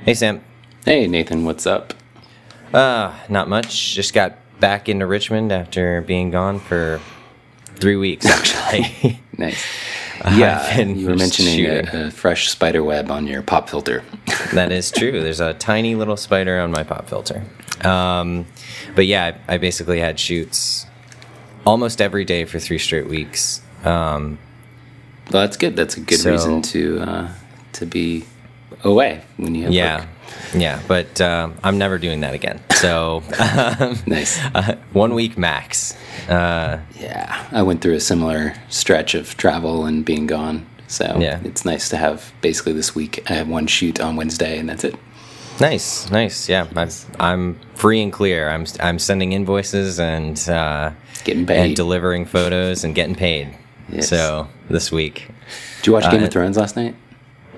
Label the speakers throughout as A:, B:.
A: Hey, Sam.
B: Hey, Nathan, what's up?
A: Uh, not much. Just got back into Richmond after being gone for three weeks, actually.
B: Nice. Yeah,
A: I've been
B: you were mentioning
A: shooting.
B: a, a fresh spider web on your pop filter.
A: that is true. There's a tiny little spider on my pop filter. Um, but yeah, I, I basically had shoots almost every day for three straight weeks. Um,
B: Well, that's good. That's a good
A: So-
B: reason to uh, to be away when you have
A: yeah, yeah. But um, I'm never doing that again. So
B: work. Nice.
A: uh, one week max. Uh,
B: Yeah, I went through a similar stretch of travel and being gone. So
A: Yeah.
B: it's nice to have basically this week. I have one shoot on Wednesday, and that's it.
A: Nice, nice. Yeah, I'm, I'm free and clear. I'm I'm sending invoices and uh,
B: Getting paid.
A: and delivering photos and getting paid.
B: Yes.
A: So this week,
B: Did you watch Game
A: Uh,
B: of Thrones last night?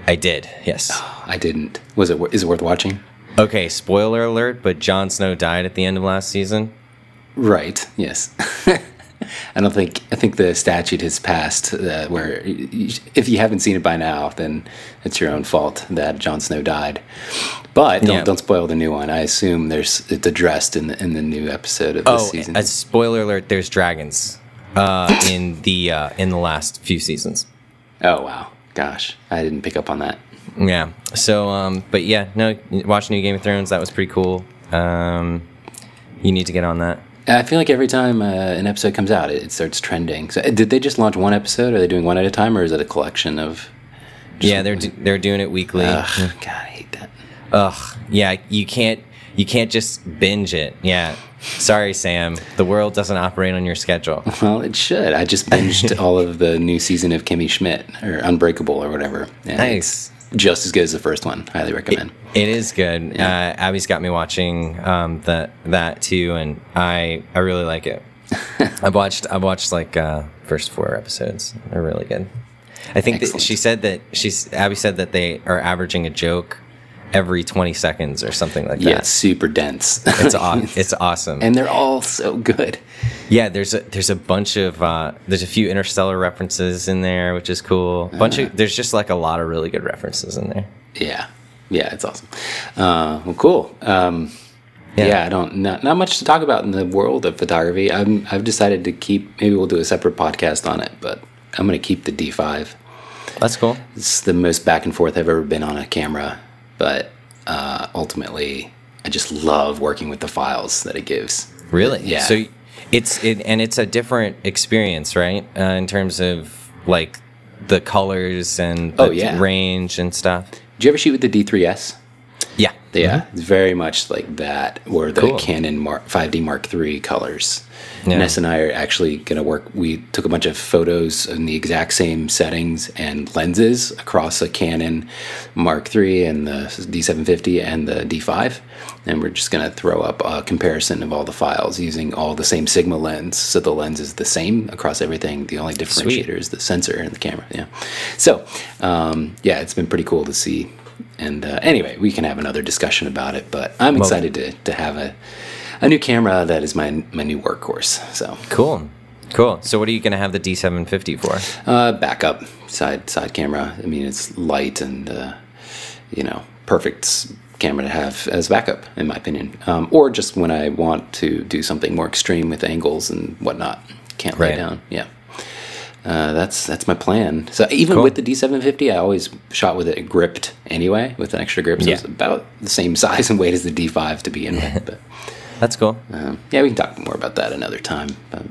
A: I did. Yes.
B: I didn't. Was it? wor- Is it worth watching?
A: Okay. Spoiler alert, but Jon Snow died at the end of last season.
B: Right. Yes. I don't think. I think the statute has passed uh, where y- y- if you haven't seen it by now, then it's your own fault that Jon Snow died. But don't,
A: Yeah.
B: don't spoil the new one. I assume there's it's addressed in the, in the new episode of this
A: Oh,
B: season.
A: a spoiler alert. There's dragons uh, in the uh, in the last few seasons.
B: Oh wow, gosh, I didn't pick up on that.
A: Yeah. So, um, but yeah, no. Watch new Game of Thrones. That was pretty cool. Um, you need to get on that.
B: I feel like every time uh, an episode comes out, it, it starts trending. So, uh, did they just launch one episode? Are they doing one at a time, or is it a collection of?
A: Yeah, they're do- they're doing it weekly.
B: Ugh, God, I hate that.
A: Ugh. Yeah, you can't you can't just binge it. Yeah. Sorry, Sam. The world doesn't operate on your schedule.
B: Well, it should. I just binged all of the new season of Kimmy Schmidt or Unbreakable or whatever. and
A: Nice.
B: it's Just as good as the first one. Highly recommend.
A: It is good. Uh, Abby's got me watching um, that that too, and I I really like it. I've watched I've watched like uh, first four episodes. They're really good. I think that
B: Excellent.
A: she said that she's Abby said that they are averaging a joke every twenty seconds or something like that.
B: yeah, it's super dense.
A: It's aw- it's awesome.
B: and they're all so good.
A: Yeah, there's a there's a bunch of uh, there's a few interstellar references in there, which is cool. Bunch of there's just like a lot of really good references in there.
B: Yeah, yeah, it's awesome. Uh, well, cool. Um, yeah. I don't not, not much to talk about in the world of photography. I'm, I've decided to keep. Maybe we'll do a separate podcast on it, but I'm going to keep the D5.
A: That's cool.
B: It's the most back and forth I've ever been on a camera, but uh, ultimately, I just love working with the files that it gives.
A: Really?
B: Yeah.
A: So it's it, and it's a different experience, right? Uh, in terms of like the colors and the
B: Oh, yeah.
A: range and stuff.
B: Did you ever shoot with the D3S?
A: Yeah.
B: Yeah, it's very much like that, or the
A: Cool.
B: Canon Mark, 5D Mark III colors.
A: Yeah.
B: Ness and I are actually going to work. We took a bunch of photos in the exact same settings and lenses across a Canon Mark III and the D750 and the D5. And we're just going to throw up a comparison of all the files using all the same Sigma lens. So the lens is the same across everything. The only differentiator is the sensor and the camera. Yeah. So, um, yeah, it's been pretty cool to see. And uh, anyway, we can have another discussion about it, but I'm excited to, to have a, a new camera that is my, my new workhorse. So,
A: Cool. Cool. So what are you going to have the D750 for?
B: uh, backup side side camera. I mean, it's light and uh, you know perfect s- camera to have as backup, in my opinion. Um, or just when I want to do something more extreme with angles and whatnot, can't lay
A: Right.
B: down. Yeah. Uh, that's that's my plan. So even with the D750, I always shot with it gripped anyway, with an extra grip. So
A: Yeah.
B: it's about the same size and weight as the D5 to begin with. But
A: That's cool.
B: um, yeah, we can talk more about that another time. But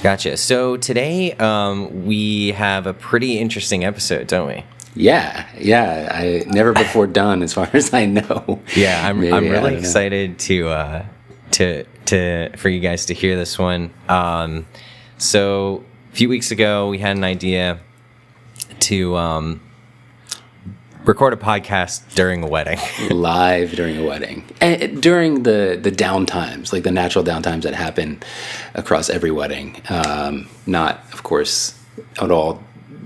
A: Gotcha. So today um, we have a pretty interesting episode, don't we?
B: Yeah, yeah. I never before done, as far as I know.
A: Yeah, I'm
B: Maybe,
A: I'm
B: I
A: really
B: don't know.
A: excited to uh to to for you guys to hear this one. Um so a few weeks ago we had an idea to um record a podcast during a wedding.
B: Live during a wedding, and it- during the the downtimes, like the natural downtimes that happen across every wedding. Um, not, of course, at all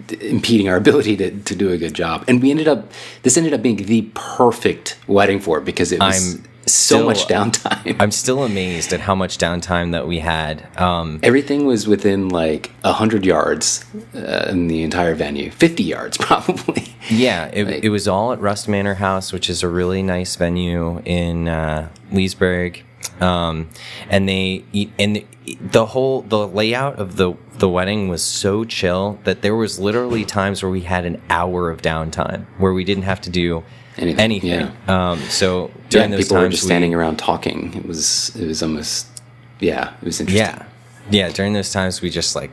B: d- impeding our ability to, to do a good job. And we ended up. This ended up being the perfect wedding for it because it was.
A: I'm
B: so much downtime.
A: I'm still amazed at how much downtime that we had. Um,
B: Everything was within like 100 yards uh, in the entire venue, 50 yards probably.
A: yeah, it, it was all at Rust Manor House, which is a really nice venue in uh, Leesburg. Um, and they e, and the whole the layout of the the wedding was so chill that there was literally times where we had an hour of downtime where we didn't have to do
B: Anything,
A: anything. Um, so
B: Yeah,
A: during those
B: people
A: times,
B: were just
A: we-
B: standing around talking. It was it was almost yeah, it was interesting.
A: Yeah, yeah. During those times, we just like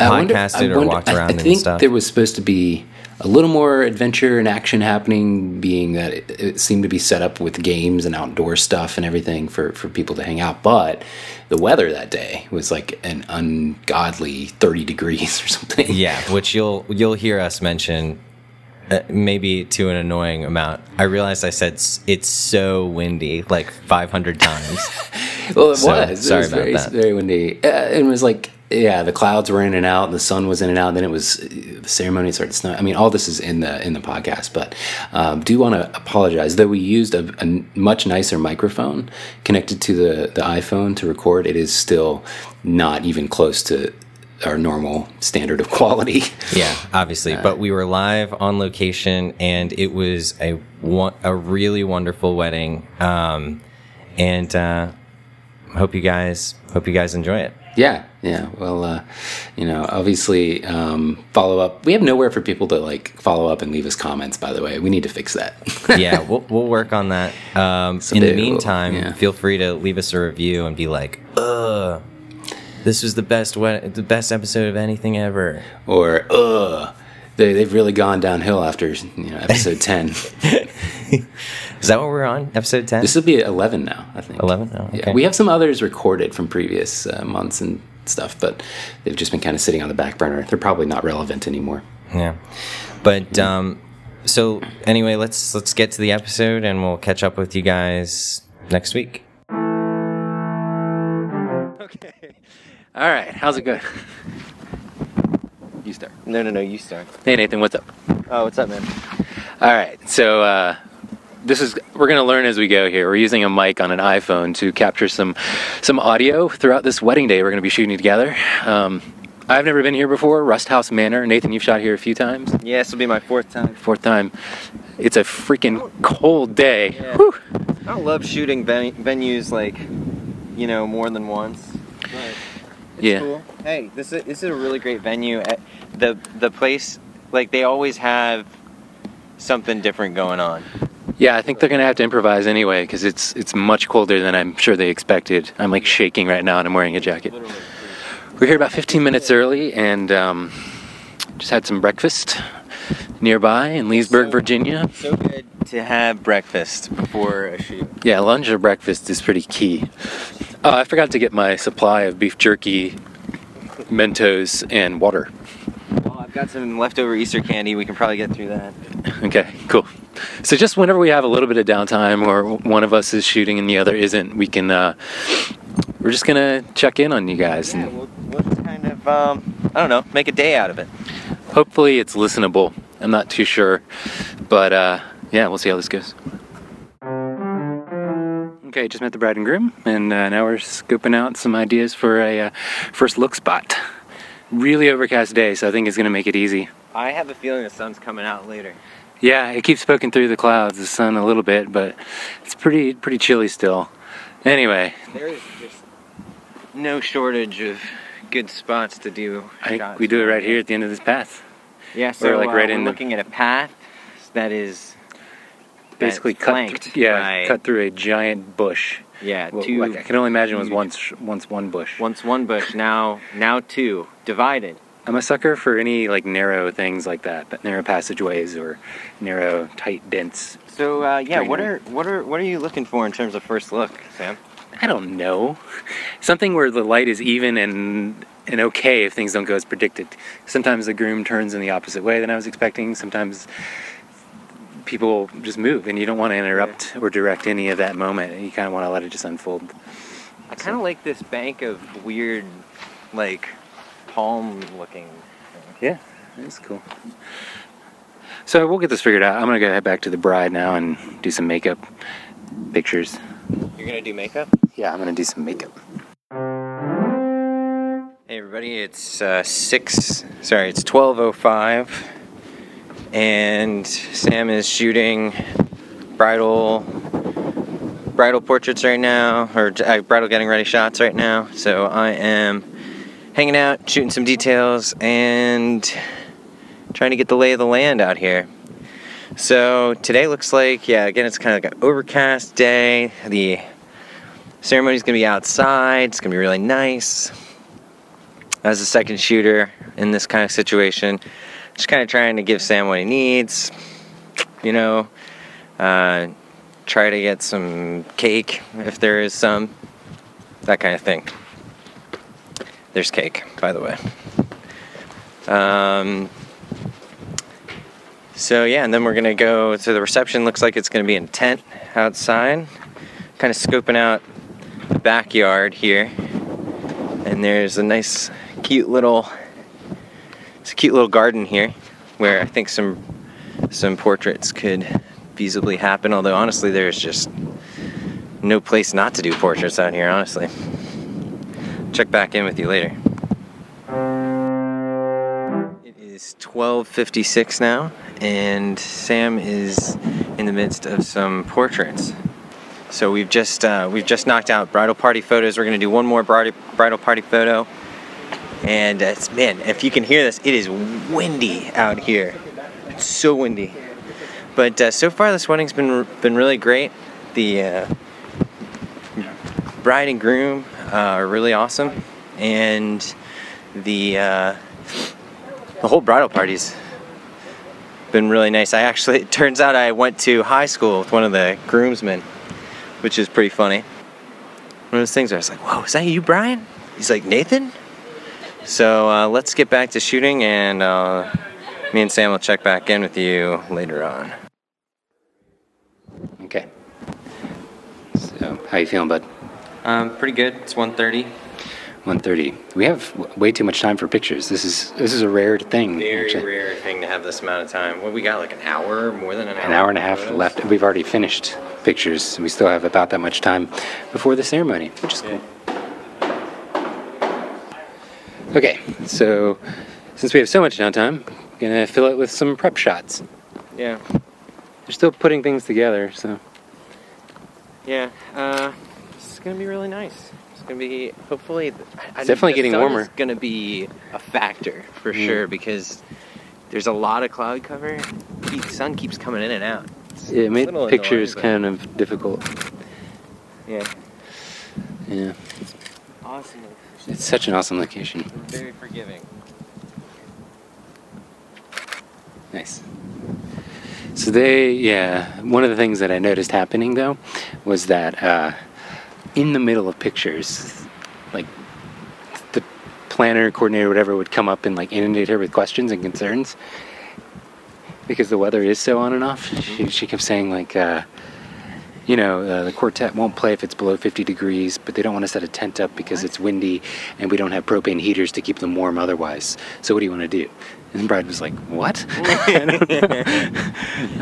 B: I wonder-
A: podcasted
B: I
A: or
B: wonder-
A: walked
B: I-
A: around
B: I,
A: and
B: think
A: stuff.
B: there was supposed to be a little more adventure and action happening, being that it, it seemed to be set up with games and outdoor stuff and everything for, for people to hang out. But the weather that day was like an ungodly 30 degrees or something.
A: Yeah, which you'll you'll hear us mention, uh, maybe to an annoying amount. I realized I said s- it's so windy like 500 times.
B: Well, it
A: So,
B: was.
A: sorry
B: it was
A: about
B: very,
A: that.
B: very windy. Uh, it was like, yeah, the clouds were in and out, and the sun was in and out. Then it was uh, the ceremony started snowing. I mean, all this is in the in the podcast, but um, do want to apologize though we used a, a much nicer microphone connected to the the iPhone to record. It is still not even close to our normal standard of quality.
A: yeah, obviously, but we were live on location, and it was a won- a really wonderful wedding. Um, and uh, hope you guys hope you guys enjoy it.
B: Yeah, yeah. Well, uh, you know, obviously, um, follow up. We have nowhere for people to like follow up and leave us comments. By the way, we need to fix that.
A: yeah, we'll, we'll work on that. Um, in the
B: Someday we'll-
A: meantime,
B: yeah.
A: feel free to leave us a review and be like, "Ugh, this was the best wed- the best episode of anything ever."
B: or ugh, they, they've really gone downhill after you know episode ten.
A: Is that what we're on? Episode ten,
B: this will be eleven now, I think.
A: eleven? Oh, okay.
B: Yeah, we have some others recorded from previous uh, months and stuff, but they've just been kind of sitting on the back burner. They're probably not relevant anymore.
A: yeah. But um, so anyway, let's let's get to the episode, and we'll catch up with you guys next week.
B: Okay. All right. How's it going? You start.
A: No, no, no. You start.
B: Hey Nathan, what's up?
A: Oh, what's up, man?
B: All right. So uh, this is we're going to learn as we go here. We're using a mic on an iPhone to capture some some audio throughout this wedding day. We're going to be shooting together. Um, I've never been here before. Rust House Manor. Nathan, you've shot here a few times.
A: Yeah, this will be my fourth time.
B: Fourth time. It's a freaking cold day.
A: Yeah.
B: Whew.
A: I don't love shooting ven- venues like, you know, more than once. But it's
B: Yeah.
A: cool. Hey, this is this is a really great venue. Eh, The the place like they always have something different going on.
B: Yeah, I think they're gonna have to improvise anyway because it's it's much colder than I'm sure they expected. I'm like shaking right now, and I'm wearing a jacket. We're here about 15 minutes early, and um, just had some breakfast nearby in Leesburg, Virginia.
A: So good to have breakfast before a shoot.
B: Yeah, lunch or breakfast is pretty key. Oh, I forgot to get my supply of beef jerky, Mentos, and water.
A: Well, Oh, I've got some leftover Easter candy. We can probably get through that.
B: Okay, cool. So just whenever we have a little bit of downtime, or one of us is shooting and the other isn't, we can. Uh, we're just gonna check in on you guys.
A: Yeah,
B: and-
A: we'll, we'll just kind of um, I don't know, make a day out of it.
B: Hopefully it's listenable. I'm not too sure, but uh, yeah, we'll see how this goes. Okay, just met the bride and groom, and uh, now we're scoping out some ideas for a uh, first look spot. Really overcast day, so I think it's gonna make it easy.
A: I have a feeling the sun's coming out later.
B: Yeah, it keeps poking through the clouds, the sun a little bit, but it's pretty pretty chilly still. Anyway,
A: There is just no shortage of good spots to do.
B: I think
A: shots.
B: we do it right here at the end of this path.
A: Yeah, so
B: like,
A: uh,
B: right
A: we're
B: in the-
A: looking at a path that is that's
B: Basically, cut
A: flanked.
B: th- yeah,
A: by-
B: cut through a giant bush.
A: Yeah,
B: Well,
A: two.
B: like, I can only imagine it was
A: huge-
B: once once one bush.
A: Once one bush, now now two, divided.
B: I'm a sucker for any like narrow things like that, but narrow passageways or narrow, tight, dense.
A: So uh, yeah, what
B: Greenery.
A: are what are what are you looking for in terms of first look, Sam?
B: I don't know, something where the light is even and and okay if things don't go as predicted. Sometimes the groom turns in the opposite way than I was expecting. Sometimes people just move, and you don't want to interrupt or direct any of that moment. You kind of want to let it just unfold.
A: I kind of like this bank of weird, like palm looking.
B: Yeah, that's cool. So we'll get this figured out. I'm gonna go head back to the bride now and do some makeup pictures.
C: You're gonna do makeup?
B: Yeah, I'm gonna do some makeup.
C: Hey everybody, it's uh, six. Sorry, it's twelve oh five, and Sam is shooting bridal bridal portraits right now, or uh, bridal getting ready shots right now. So I am hanging out, shooting some details, and trying to get the lay of the land out here. So today looks like, yeah, again, it's kind of like an overcast day. The ceremony's gonna be outside. It's gonna be really nice as a second shooter in this kind of situation. Just kind of trying to give Sam what he needs, you know. Uh, try to get some cake if there is some, that kind of thing. There's cake, by the way. Um, so yeah, and then we're gonna go to the reception. Looks like it's gonna be in a tent outside. Kind of scoping out the backyard here and there's a nice cute little it's a cute little garden here where i think some some portraits could feasibly happen although honestly there's just no place not to do portraits out here honestly check back in with you later it is 12:56 now and sam is in the midst of some portraits so we've just uh, we've just knocked out bridal party photos. We're gonna do one more bridal bridal party photo. And uh, it's man, if you can hear this, it is windy out here. It's so windy. But uh, so far, this wedding's been been really great. The uh, bride and groom uh, are really awesome, and the uh, the whole bridal party's been really nice. I actually it turns out I went to high school with one of the groomsmen which is pretty funny. One of those things where I was like, "Whoa, is that you, Brian?" He's like, "Nathan." So uh, let's get back to shooting, and uh, me and Sam will check back in with you later on.
B: Okay. So, how you feeling, bud?
C: Um, pretty good. It's 1.30.
B: 1:30. We have w- way too much time for pictures. This is this is a rare thing.
C: Very
B: actually.
C: rare thing to have this amount of time. What we got, like an hour, more than an hour.
B: An hour and a half left. We've already finished pictures. We still have about that much time before the ceremony, which is cool. Okay, so since we have so much downtime, I'm gonna fill it with some prep shots.
C: Yeah,
B: They're still putting things together, so
C: yeah. Uh, it's gonna be really nice. It's gonna be hopefully. I, I-
B: definitely
C: the
B: getting
C: sun
B: warmer.
C: Is gonna be a factor for
B: Mm.
C: sure because there's a lot of cloud cover. The sun keeps coming in and out. It's
B: it
C: a
B: made
C: little
B: pictures
C: annoying,
B: kind of difficult.
C: but- Yeah.
B: Yeah,
C: Awesome.
B: it's such an awesome location.
C: We're very forgiving.
B: Nice. So they, yeah, one of the things that I noticed happening though was that uh, in the middle of pictures, like the planner, coordinator, whatever would come up and like inundate her with questions and concerns because the weather is so on and off. She, she kept saying like, uh, you know, uh, the quartet won't play if it's below 50 degrees, but they don't want to set a tent up because it's windy and we don't have propane heaters to keep them warm otherwise. So what do you want to do? And Brad was like, what?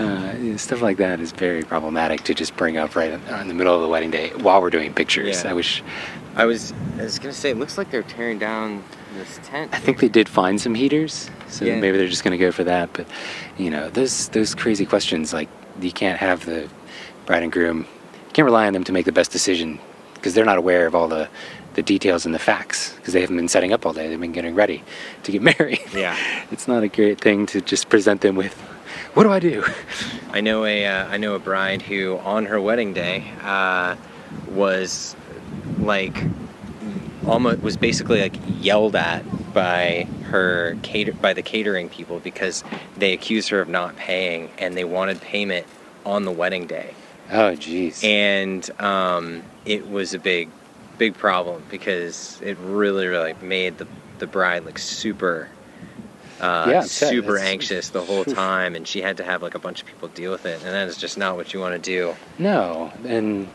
B: Uh, yeah, stuff like that is very problematic to just bring up right in, in the middle of the wedding day while we're doing pictures.
C: Yeah.
B: I wish.
C: I was I was gonna say it looks like they're tearing down this tent.
B: I think they did find some heaters, so
C: Yeah.
B: maybe they're just going to go for that. But you know, those those crazy questions like you can't have the bride and groom you can't rely on them to make the best decision because they're not aware of all the the details and the facts because they haven't been setting up all day. They've been getting ready to get married.
C: Yeah.
B: it's not a great thing to just present them with. What do I do?
C: I know a uh, I know a bride who on her wedding day uh, was like almost was basically like yelled at by her cater by the catering people because they accused her of not paying and they wanted payment on the wedding day
B: Oh, jeez.
C: and um, it was a big big problem because it really really made the the bride like super uh,
B: Yeah, I'm saying,
C: super
B: that's-
C: anxious the whole time and she had to have like a bunch of people deal with it and that is just not what you want to do
B: No, and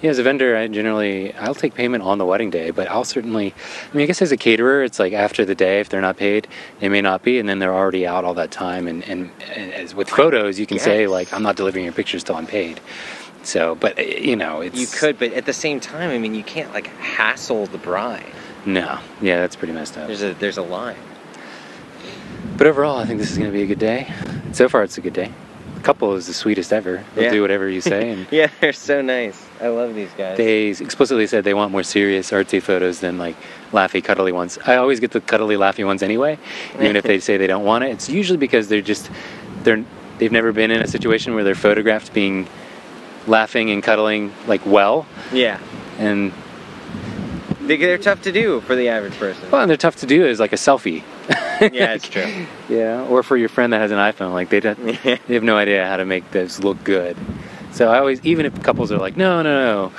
B: yeah, as a vendor, I generally I'll take payment on the wedding day, but I'll certainly. I mean, I guess as a caterer, it's like after the day, if they're not paid, they may not be, and then they're already out all that time. And and, and as with photos, you can say
C: guess.
B: like, I'm not delivering your pictures till I'm paid. So, but uh, you know, it's
C: You could, but at the same time, I mean, you can't like hassle the bride.
B: no, yeah, that's pretty messed up.
C: There's a there's a line.
B: But overall, I think this is going to be a good day. So far, it's a good day. The couple is the sweetest ever. They'll
C: Yeah.
B: do whatever you say, and
C: Yeah, they're so nice. I love these guys.
B: they explicitly said they want more serious artsy photos than like laughy cuddly ones i always get the cuddly laughy ones anyway even if they say they don't want it it's usually because they're just they're they've never been in a situation where they're photographed being laughing and cuddling like well
C: yeah,
B: and
C: they, they're tough to do for the average person.
B: well and they're tough to do as like a selfie
C: yeah, it's true.
B: yeah or for your friend that has an iphone like they don't they have no idea how to make those look good so i always even if couples are like no no no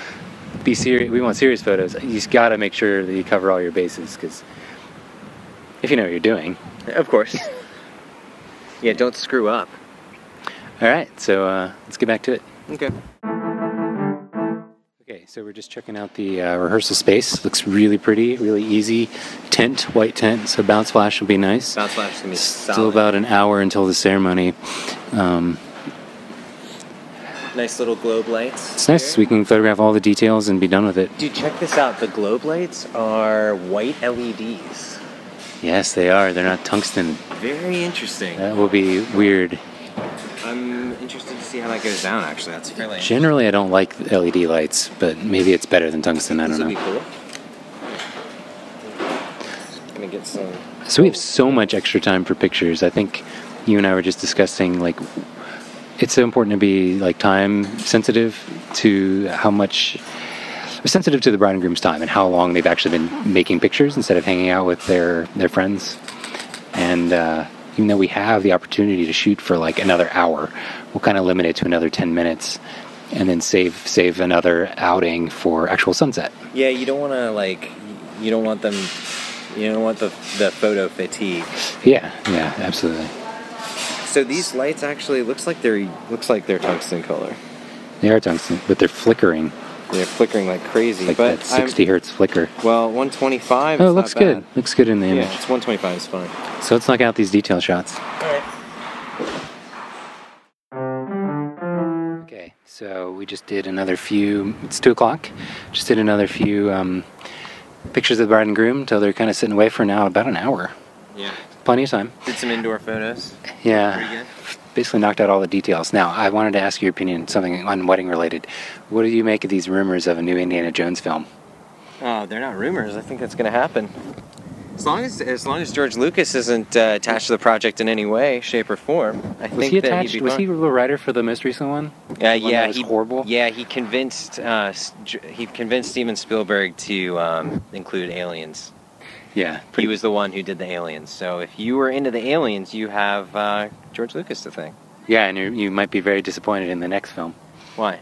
B: be serious we want serious photos you just gotta make sure that you cover all your bases because if you know what you're doing
C: of course. Yeah, don't screw up.
B: all right so uh, let's get back to it
C: Okay.
B: okay so we're just checking out the uh, rehearsal space looks really pretty really easy tent white tent so bounce flash will be nice
C: Bounce flash is gonna be solid.
B: still about an hour until the ceremony um,
C: nice little globe lights.
B: it's nice
C: here.
B: we can photograph all the details and be done with it
C: Dude, check this out. The globe lights are white E LEDs.
B: yes they are they're not tungsten
C: Very interesting.
B: That will be weird.
C: I'm interested to see how that goes down. Actually, that's fairly.
B: Generally, I don't like LED lights, but maybe it's better than tungsten. I
C: This
B: don't
C: will be
B: know.
C: cool. Gonna get some.
B: So we have so much extra time for pictures. I think you and I were just discussing like it's so important to be like time sensitive to how much sensitive to the bride and groom's time and how long they've actually been making pictures instead of hanging out with their their friends. And uh, even though we have the opportunity to shoot for like another hour, we'll kind of limit it to another ten minutes, and then save save another outing for actual sunset.
C: Yeah, you don't want to like. You don't want them. You don't want the the photo fatigue.
B: Yeah, yeah, absolutely.
C: So these lights actually looks like they're looks like they're tungsten color.
B: They are tungsten, but they're flickering
C: They're flickering like crazy.
B: like
C: but
B: that sixty hertz flicker.
C: I'm, well, 125.
B: Oh,
C: is
B: it Oh, looks
C: not bad.
B: good. Looks good in the
C: Yeah,
B: image.
C: it's 125. It's fine.
B: So let's knock out these detail shots.
C: All right.
B: Okay, so we just did another few. It's two o'clock. Just did another few um, pictures of the bride and groom till they're kind of sitting away for now about an hour.
C: Yeah.
B: Plenty of time.
C: Did some indoor photos. Pretty
B: Yeah.
C: good.
B: Basically knocked out all the details. Now, I wanted to ask your opinion something on wedding related. What do you make of these rumors of a new Indiana Jones film?
C: Oh, they're not rumors. I think that's going to happen. As long as, as long as George Lucas isn't uh, attached to the project in any way, shape, or form, I
B: Was
C: think
B: he
C: that
B: attached?
C: he'd be
B: was he
C: fine.
B: the writer for the most recent one?
C: Uh,
B: one
C: yeah,
B: that was
C: he
B: horrible?
C: Yeah, he convinced uh, s- J- he convinced Steven Spielberg to um, include aliens.
B: Yeah.
C: He was the one who did the aliens. So if you were into the aliens, you have uh, George Lucas to thank.
B: Yeah, and you you might be very disappointed in the next film.
C: Why?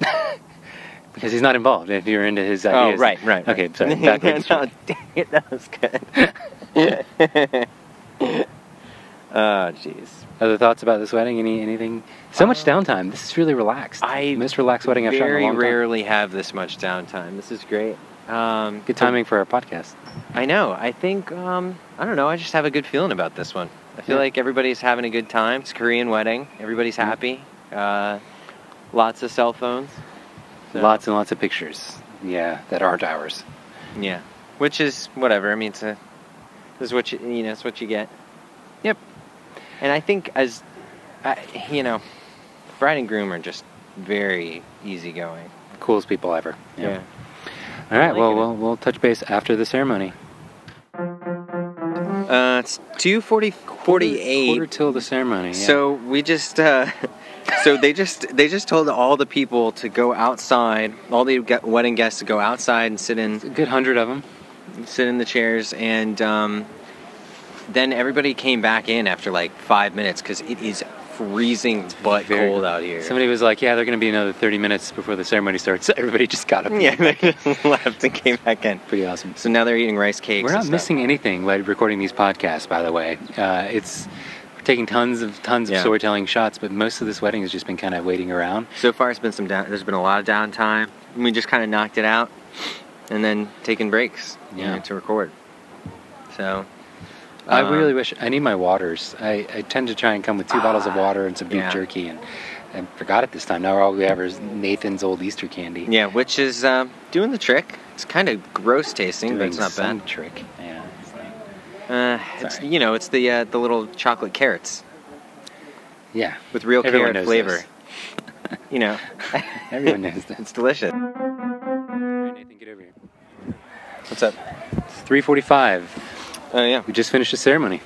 B: Because he's not involved. If you're into his
C: oh,
B: ideas,
C: right, right.
B: Okay,
C: right.
B: sorry. backwards.
C: no, dang it, that was good.
B: Ah,
C: oh, jeez.
B: Other thoughts about this wedding? Any anything? So much downtime. This is really relaxed.
C: Uh, I
B: most relaxed wedding I've shot in a
C: very
B: long time.
C: rarely have this much downtime. This is great. Um,
B: Good timing for our podcast.
C: I know. I think um, I don't know. I just have a good feeling about this one. I feel
B: Yeah.
C: like everybody's having a good time. It's a Korean wedding. Everybody's
B: Mhm.
C: happy. Uh, lots of cell phones. So,
B: Lots and lots of pictures. Yeah, that aren't ours.
C: Yeah, which is whatever. I mean, it's a, this is what you you know. It's what you get.
B: Yep.
C: And I think as, I, you know, bride and groom are just very easygoing.
B: Coolest people ever. All right.
C: I'm
B: Well,
C: liking it.
B: we'll we'll touch base after the ceremony.
C: Uh, it's two forty forty eight.
B: Quarter till the ceremony. yeah.
C: So we just, uh, so they just they just told all the people to go outside, all the gu- wedding guests to go outside and sit
B: a
C: in
B: good hundred of them.
C: sit in the chairs, and um, then everybody came back in after like five minutes because it is freezing but
B: very
C: cold out here.
B: Somebody was like, "Yeah, they're going to be another thirty minutes before the ceremony starts." Everybody just got up.
C: yeah, they just left and came back in.
B: Pretty awesome.
C: So now they're eating rice cakes.
B: We're
C: and
B: not
C: stuff.
B: missing anything like recording these podcasts, by the way. Uh, it's we're taking tons of tons
C: Yeah.
B: of storytelling shots, but most of this wedding has just been kind of waiting around.
C: So far, it's been some down. There's been a lot of downtime. And we just kind of knocked it out, and then taking breaks. you
B: Yeah.
C: know, to record. So.
B: I
C: um,
B: really wish I need my waters. I, I tend to try and come with two bottles of water and some beef
C: yeah.
B: jerky, and I forgot it this time. Now all we have is Nathan's old Easter candy.
C: Yeah, which is um, doing the trick. It's kind of gross tasting,
B: Doing
C: but it's not
B: some
C: bad.
B: trick. Yeah. it's like-
C: Uh, it's
B: Sorry.
C: you know, it's the uh, the little chocolate carrots
B: yeah.
C: with real
B: Everyone
C: carrot
B: knows
C: flavor.
B: this.
C: you know,
B: Everyone knows this.
C: it's delicious.
B: Nathan, get over here.
C: What's up?
B: It's 3:45.
C: Oh yeah.
B: We just finished the ceremony.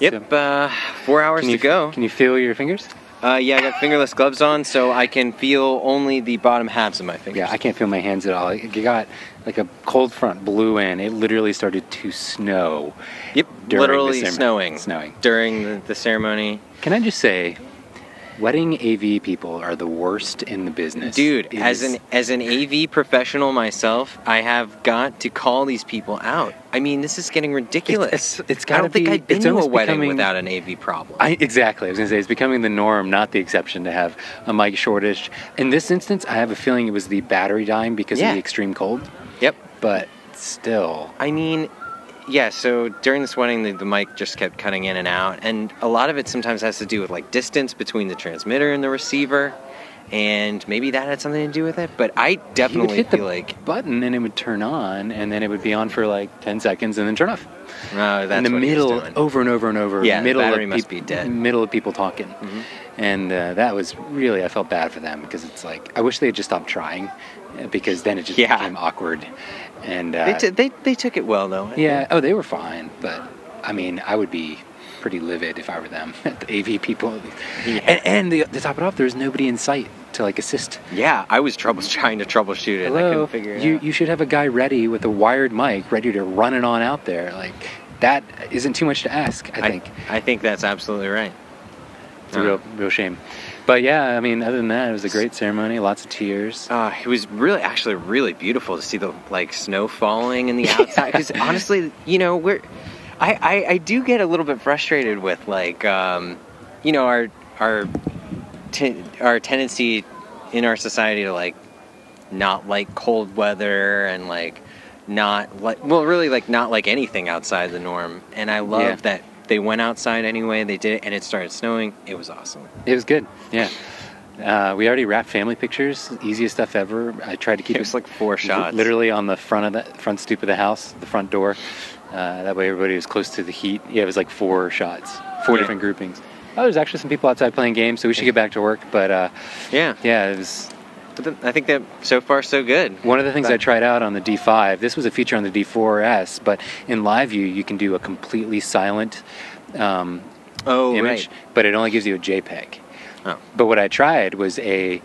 C: Yep. Uh, four hours
B: Can you
C: to go.
B: Can you feel your fingers?
C: Uh, yeah, I got fingerless gloves on, so I can feel only the bottom halves of my fingers.
B: Yeah, I can't feel my hands at all. It got like a cold front blew in. It literally started to snow.
C: yep.
B: during the
C: Literally
B: ceremony.
C: snowing.
B: Snowing.
C: during the, the ceremony.
B: Can I just say, wedding AV people are the worst in the business.
C: Dude,
B: It
C: as
B: is-
C: an as an AV professional myself, I have got to call these people out. I mean, this is getting
B: it's-
C: ridiculous.
B: it's
C: I
B: gotta
C: don't think
B: be-
C: I'd been
B: it's
C: to a
B: almost
C: wedding
B: becoming-
C: without an AV problem.
B: I, exactly. I was going to say it's becoming the norm, not the exception, to have a mic shortage. In this instance, I have a feeling it was the battery dying because
C: Yeah.
B: of the extreme cold,
C: yep.
B: but still.
C: I mean, yeah. So during this wedding, the, the mic just kept cutting in and out, and a lot of it sometimes has to do with like distance between the transmitter and the receiver, and maybe that had something to do with it. But I
B: You would
C: definitely
B: hit the
C: feel like
B: button and it would turn on, and then it would be on for like 10 seconds and then turn off.
C: oh, that's
B: in the
C: what he was
B: middle,
C: doing.
B: over and over and over.
C: Yeah, the
B: middle
C: battery
B: of
C: must be dead. Mm-hmm.
B: Middle of people talking, and uh, that was really I felt bad for them because it's like I wish they had just stopped trying, uh, because then it just
C: Yeah.
B: became awkward, and uh,
C: They, t- they, they took it well though.
B: yeah, oh they were fine, but I mean I would be pretty livid if I were them, the AV people, and, and the, to top it off, there was nobody in sight to like assist.
C: Yeah, I was trouble trying to troubleshoot it. I
B: Hello,
C: couldn't figure it
B: you
C: out.
B: you should have a guy ready with a wired mic ready to run it on out there like. That isn't too much to ask, I think.
C: I think that's absolutely right.
B: It's a real, real shame. But yeah, I mean, other than that, it was a great ceremony. Lots of tears.
C: Uh, it was really, actually, really beautiful to see the like snow falling in the outside. Because honestly, you know, we're, I, I, I do get a little bit frustrated with like, um, you know, our our ten, our tendency in our society to like not like cold weather and like not like well really like not like anything outside the norm and i love
B: Yeah.
C: that they went outside anyway they did it and it started snowing it was awesome
B: It was good. Yeah. Uh, we already wrapped family pictures. Easiest stuff ever. I tried to keep
C: it was like four
B: li-
C: shots
B: literally on the front of the front stoop of the house, the front door. Uh, that way, everybody was close to the heat. Yeah, it was like four shots, four
C: Yeah.
B: different groupings. Oh, there's actually some people outside playing games, so we should get back to work. But uh,
C: yeah
B: yeah, it was
C: But then I think that so far so good.
B: One of the things I tried out on the D5, this was a feature on the D4S, but in live view, you can do a completely silent um,
C: Oh,
B: image, but it only gives you a JPEG.
C: right. Oh.
B: But what I tried was a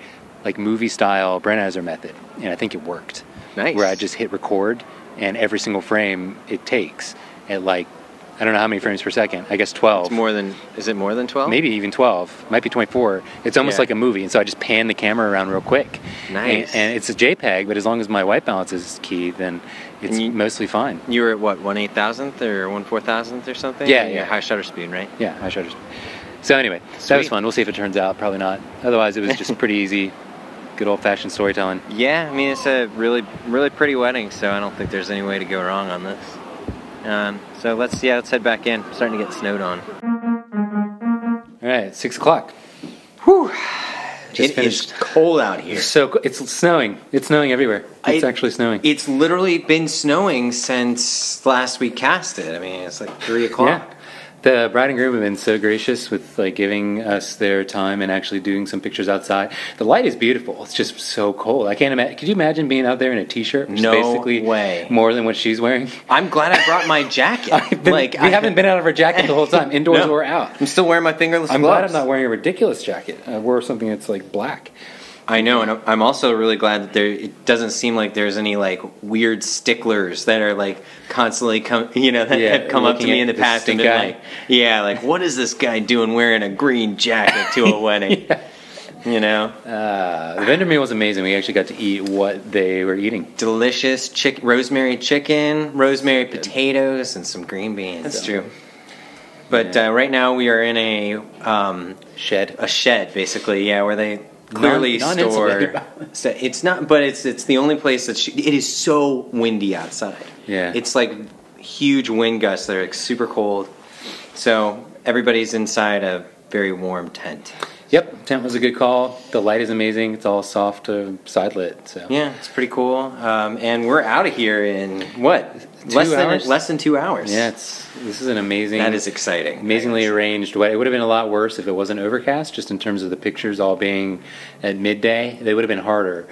B: like movie style Brennizer method, and I think it worked.
C: Nice.
B: Where I just hit record, and every single frame it takes at like, I don't know how many frames per second, I guess 12
C: It's more than is it more than 12?
B: maybe even 12 might be 24 it's almost
C: Yeah.
B: like a movie and so i just pan the camera around real quick
C: Nice.
B: and, and it's a jpeg but as long as my white balance is key then it's
C: And you-
B: mostly fine
C: You were at what, 1 8000th or 1 4000th or something?
B: Yeah,
C: Your
B: yeah.
C: High shutter speed, right?
B: yeah i showed it so anyway that was
C: Sweet.
B: fun we'll see if it turns out probably not otherwise it was just pretty easy good old-fashioned storytelling
C: Yeah, I mean, it's a really, really pretty wedding, so I don't think there's any way to go wrong on this. Um, so let's, yeah, let's head back in. starting to get snowed on.
B: all right six o'clock
C: It
B: just
C: is
B: finished
C: cold out here.
B: so co- it's snowing it's snowing everywhere it's
C: I-
B: actually snowing
C: It's literally been snowing since last we cast it. I mean, it's like 3 o'clock.
B: Yeah. The bride and groom have been so gracious with like giving us their time and actually doing some pictures outside. The light is beautiful. It's just so cold. I can't imagine. Could you imagine being out there in a t-shirt, which
C: No
B: is basically
C: way.
B: more than what she's wearing?
C: I'm glad I brought my jacket.
B: I've been-
C: like
B: we
C: I
B: haven't been out of our jacket the whole time, indoors
C: No.
B: or out.
C: I'm still wearing my fingerless
B: I'm glad
C: gloves.
B: I'm not wearing a ridiculous jacket. I wore something that's like black.
C: I know, and I'm- I'm also really glad that there. It doesn't seem like there's any like weird sticklers that are like constantly come, you know, that
B: Yeah,
C: have come up to
B: looking
C: me in the
B: at the
C: past and
B: stink
C: been
B: eye.
C: like, yeah, like what is this guy doing wearing a green jacket to a wedding? You know,
B: Uh, the vendor meal was amazing. We actually got to eat what they were eating.
C: delicious chick, rosemary chicken, rosemary potatoes, and some green beans. That's true. But uh, right now we are in a um,
B: Shed.
C: a shed basically yeah where they clearly
B: Non- non-insulated
C: store so it's not but it's it's the only place that she, it is so windy outside
B: Yeah.
C: it's like huge wind gusts that are like super cold so everybody's inside a very warm tent
B: Yep, tent was a good call. The light is amazing. It's all soft uh, side lit. So
C: Yeah, it's pretty cool. Um, and we're out of here in what
B: Two
C: less
B: hours?
C: than less than two hours.
B: Yeah, it's this is an amazing.
C: that is exciting.
B: amazingly arranged wedding. It would have been a lot worse if it wasn't overcast, just in terms of the pictures all being at midday. They would have been harder.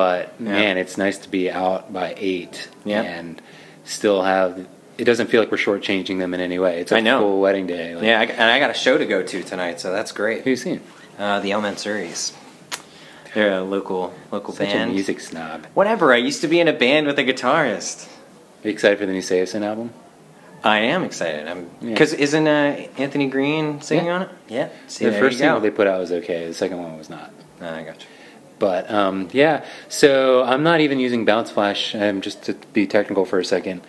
B: But man, it's nice to be out by eight
C: Yeah.
B: and still have. It doesn't feel like we're shortchanging them in any way. It's a
C: I know.
B: full wedding day. Like,
C: Yeah, I, and I got a show to go to tonight, so that's great.
B: Who you seen?
C: Uh, the Elementaries. They're a local local
B: Such
C: band.
B: a music snob.
C: Whatever. I used to be in a band with a guitarist.
B: Are you excited for the new Seosin album?
C: I am excited. I'm
B: Yeah.
C: because isn't uh, Anthony Green singing
B: Yeah.
C: on it? Yeah. See,
B: the
C: there
B: first
C: you go.
B: single they put out was okay. The second one was not.
C: Ah, I got you.
B: But um, yeah, so I'm not even using bounce flash. I'm just to be technical for a second.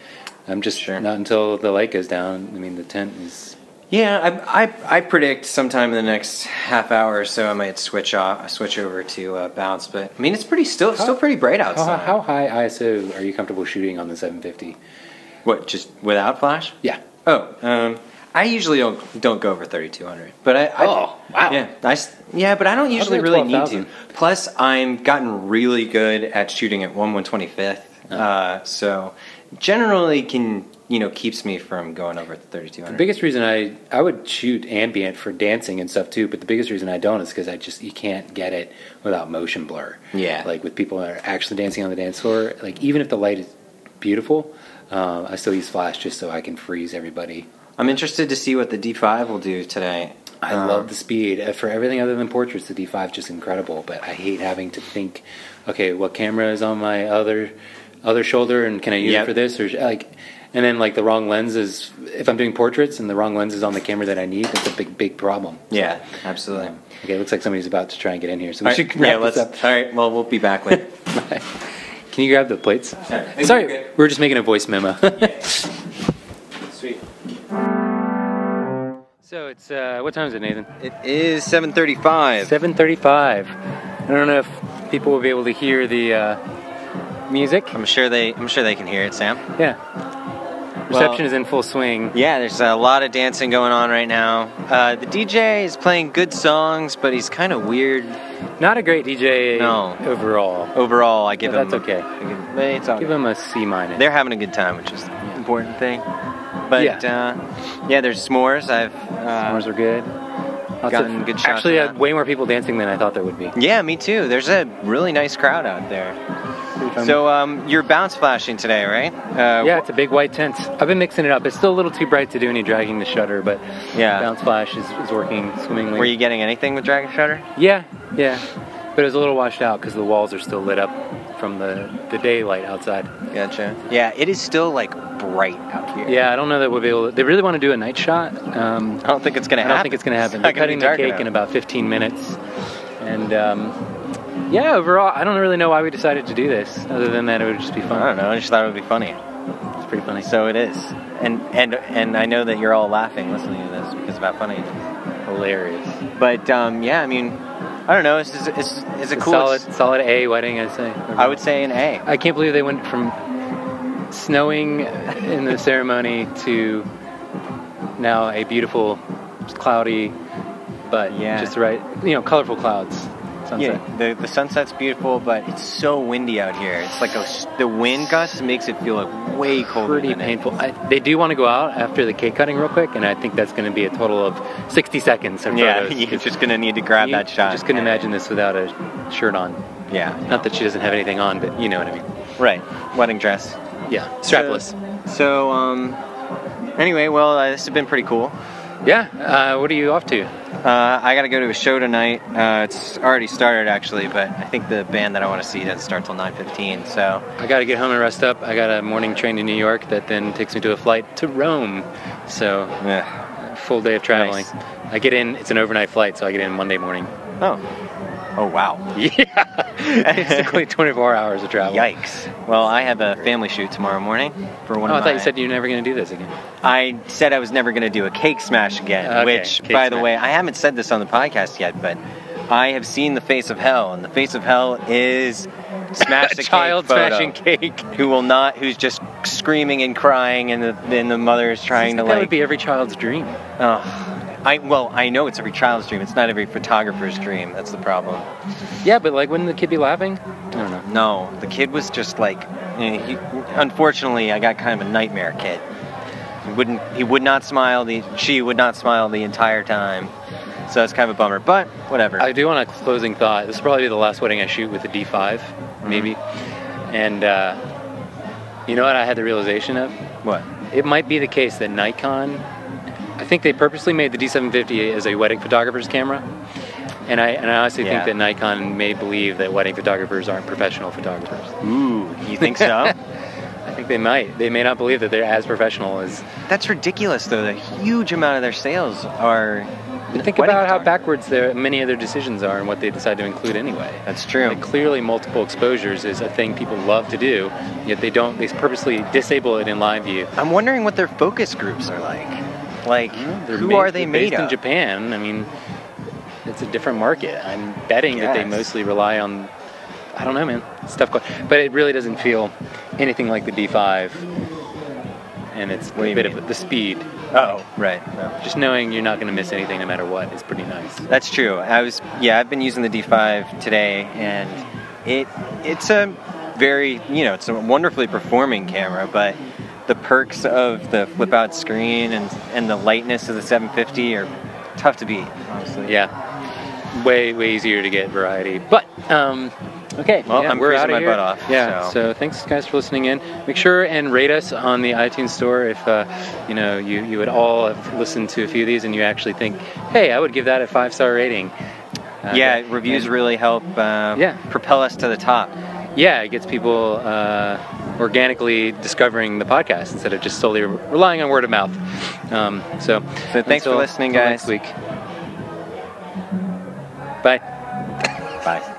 B: I'm just
C: Sure.
B: not until the light goes down. I mean, the tent is
C: Yeah, I, I, I predict sometime in the next half hour or so I might switch off, switch over to uh, bounce. But I mean, it's pretty still still pretty bright
B: how,
C: outside.
B: how high ISO are you comfortable shooting on the 750?
C: What just without flash?
B: Yeah,
C: Oh, um, I usually don't don't go over thirty two hundred, but I, I
B: Oh, wow.
C: yeah I s yeah, but I don't usually
B: go
C: really need
B: 12,000.
C: to. Plus, I'm gotten really good at shooting at one one twenty fifth, uh, so generally can you know keeps me from going over thirty two
B: the
C: hundred.
B: biggest reason I I would shoot ambient for dancing and stuff too, but the biggest reason I don't is because I just you can't get it without motion blur.
C: Yeah.
B: like with people that are actually dancing on the dance floor, like even if the light is beautiful, um, I still use flash just so I can freeze everybody
C: I'm interested to see what the D five will do today.
B: I
C: Um,
B: love the speed Uh, for everything other than portraits. The D5 is just incredible, but I hate having to think, okay, what camera is on my other other shoulder, and can I use
C: Yep.
B: it for this or sh- like, and then like the wrong lens is if I'm doing portraits and the wrong lens is on the camera that I need, that's a big big problem.
C: Yeah, absolutely.
B: Okay, it looks like somebody's about to try and get in here, so we
C: All right,
B: should
C: yeah,
B: wrap
C: let's.
B: this up.
C: All right, well, we'll be back later.
B: Can you grab the plates?
C: right.
B: Sorry,
C: Okay.
B: we we're just making a voice memo.
C: Sweet.
B: so it's uh, what time is it, Nathan?
C: It is seven thirty-five.
B: 7:35. I don't know if people will be able to hear the uh, music.
C: I'm sure they. I'm sure they can hear it, Sam.
B: Yeah.
C: Well-
B: Reception is in full swing.
C: Yeah, there's a lot of dancing going on right now. Uh, the DJ is playing good songs, but he's kind of weird
B: Not a great DJ
C: No.
B: overall.
C: overall. I give
B: No,
C: him.
B: that's okay.
C: I give, but it's all
B: Give
C: good.
B: him a C minus.
C: They're having a good time, which is the important thing. But
B: Yeah.
C: Uh, yeah, there's s'mores. I've uh,
B: Cameras are good. Lots
C: gotten
B: of,
C: good shots
B: actually,
C: on
B: uh,
C: that.
B: way more people dancing than I thought there would be.
C: Yeah, me too. There's a really nice crowd out there. So um, you're bounce flashing today, right? Uh,
B: Um, yeah, it's a big white tent. I've been mixing it up. It's still a little too bright to do any dragging the shutter, but
C: Yeah.
B: bounce flash is, is working swimmingly.
C: Were you getting anything with Dragon Shutter?
B: Yeah, yeah. But it was a little washed out because the walls are still lit up from the, the daylight outside.
C: Gotcha. Yeah, it is still like bright out here.
B: Yeah, I don't know that we'll be able to. They really want to do a night shot. Um,
C: I don't think it's gonna
B: I
C: happen.
B: don't think it's going to happen.
C: not
B: They're
C: gonna
B: cutting
C: be
B: the
C: dark
B: cake
C: enough.
B: in about 15 minutes. And um, yeah, overall, I don't really know why we decided to do this, other than that it would just be
C: I
B: fun.
C: don't know. I just thought it would be funny.
B: It's pretty funny.
C: So it is. And and and I know that you're all laughing listening to this because of how funny it is.
B: hilarious.
C: But um, yeah, I mean, I don't know. It's it's, it's, it's a
B: It's a
C: cool.
B: solid, solid A wedding, I'd say.
C: I would say an A.
B: I can't believe they went from snowing in the ceremony to now a beautiful, cloudy, but
C: Yeah.
B: just the right, you know, colorful clouds. Sunset.
C: Yeah, the, the sunset's beautiful, but it's so windy out here. It's like a, s- the wind gust makes it feel like way colder.
B: pretty
C: than it-
B: painful. I, they do want to go out after the cake cutting real quick, and I think that's going to be a total of 60 seconds. Of
C: Yeah,
B: photos.
C: you're just gonna need to grab
B: You-
C: that shot.
B: I just couldn't imagine this without a shirt on.
C: Yeah,
B: Not that she doesn't have anything on, but you know what I mean.
C: right. Wedding dress.
B: Yeah, strapless.
C: So, so um, anyway, well, uh, this has been pretty cool.
B: yeah. Uh, what are you off to?
C: Uh, I gotta go to a show tonight. Uh, it's already started actually, but I think the band that I want to see doesn't start till 9:15. So
B: I got to get home and rest up. I got a morning train to New York that then takes me to a flight to Rome. So
C: yeah.
B: full day of traveling.
C: Nice.
B: I get in. It's an overnight flight, so I get in Monday morning.
C: Oh. Oh wow.
B: Yeah, basically 24 hours of travel.
C: Yikes. Well, I have a family shoot tomorrow morning for one
B: Oh,
C: of
B: I
C: my.
B: thought you said you were never going to do this again.
C: I said I was never gonna do a cake smash again.
B: Okay,
C: Which,
B: cake
C: by the
B: smash.
C: way, I haven't said this on the podcast yet, but I have seen the face of hell, and the face of hell is smash the
B: child
C: cake photo.
B: smashing cake.
C: Who will not? Who's just screaming and crying, and the, then the mother is trying to
B: that
C: like.
B: would be every child's dream.
C: Oh, I well, I know it's every child's dream. It's not every photographer's dream. That's the problem.
D: Yeah, but like, wouldn't the kid be laughing? I don't know.
C: No, the kid was just like, eh, he, unfortunately, I got kind of a nightmare kid. He wouldn't, he would not smile. The she would not smile the entire time. So that's kind of a bummer. But whatever.
B: I do want a closing thought. This will probably be the last wedding I shoot with a D5, maybe.
C: Mm-hmm.
B: And uh, you know what I had the realization of?
C: what?
B: It might be the case that Nikon, I think they purposely made the D750 as a wedding photographer's camera. And I, and I honestly
C: Yeah.
B: think that Nikon may believe that wedding photographers aren't professional photographers.
C: Ooh, you think so?
B: I think they might. They may not believe that they're as professional as.
C: that's ridiculous, though. A huge amount of their sales are.
B: Think
C: wedding
B: about how
C: photography.
B: backwards their, many of their decisions are and what they decide to include anyway.
C: That's true.
B: Like, clearly, multiple exposures is a thing people love to do, yet they don't. They purposely disable it in live view.
C: I'm wondering what their focus groups are like. Like,
B: Mm, They're
C: who
B: made-
C: are they
B: they're
C: made
B: based in
C: of?
B: Japan. I mean, it's a different market. I'm betting that they
C: Yes.
B: mostly rely on. I don't know, man. It's a tough call. but it really doesn't feel anything like the D5, and it's
C: do
B: a
C: you
B: bit
C: mean?
B: of the speed.
C: Oh, right. No.
B: Just knowing you're not going to miss anything no matter what is pretty nice.
C: That's true. I was yeah, I've been using the D5 today and it it's a very, you know, it's a wonderfully performing camera, but the perks of the flip out screen and and the lightness of the 750 are tough to beat, honestly.
B: Yeah, way way easier to get variety. But um, okay,
C: Well,
B: yeah,
C: I'm
B: we're
C: freezing
B: out
C: my
B: here.
C: butt off,
B: Yeah.
C: so-
B: So. thanks guys for listening in. Make sure and rate us on the iTunes store if uh, you know you you would all have listened to a few of these and you actually think, hey, I would give that a five star rating. Uh,
C: yeah,
B: that-
C: reviews
B: and-
C: really help uh,
B: Yeah.
C: propel us to the top.
B: yeah, it gets people uh, organically discovering the podcast instead of just solely re- relying on word of mouth. Um, so,
C: So thanks for
B: until-
C: listening,
B: until Next
C: guys.
B: week. Bye.
C: Bye.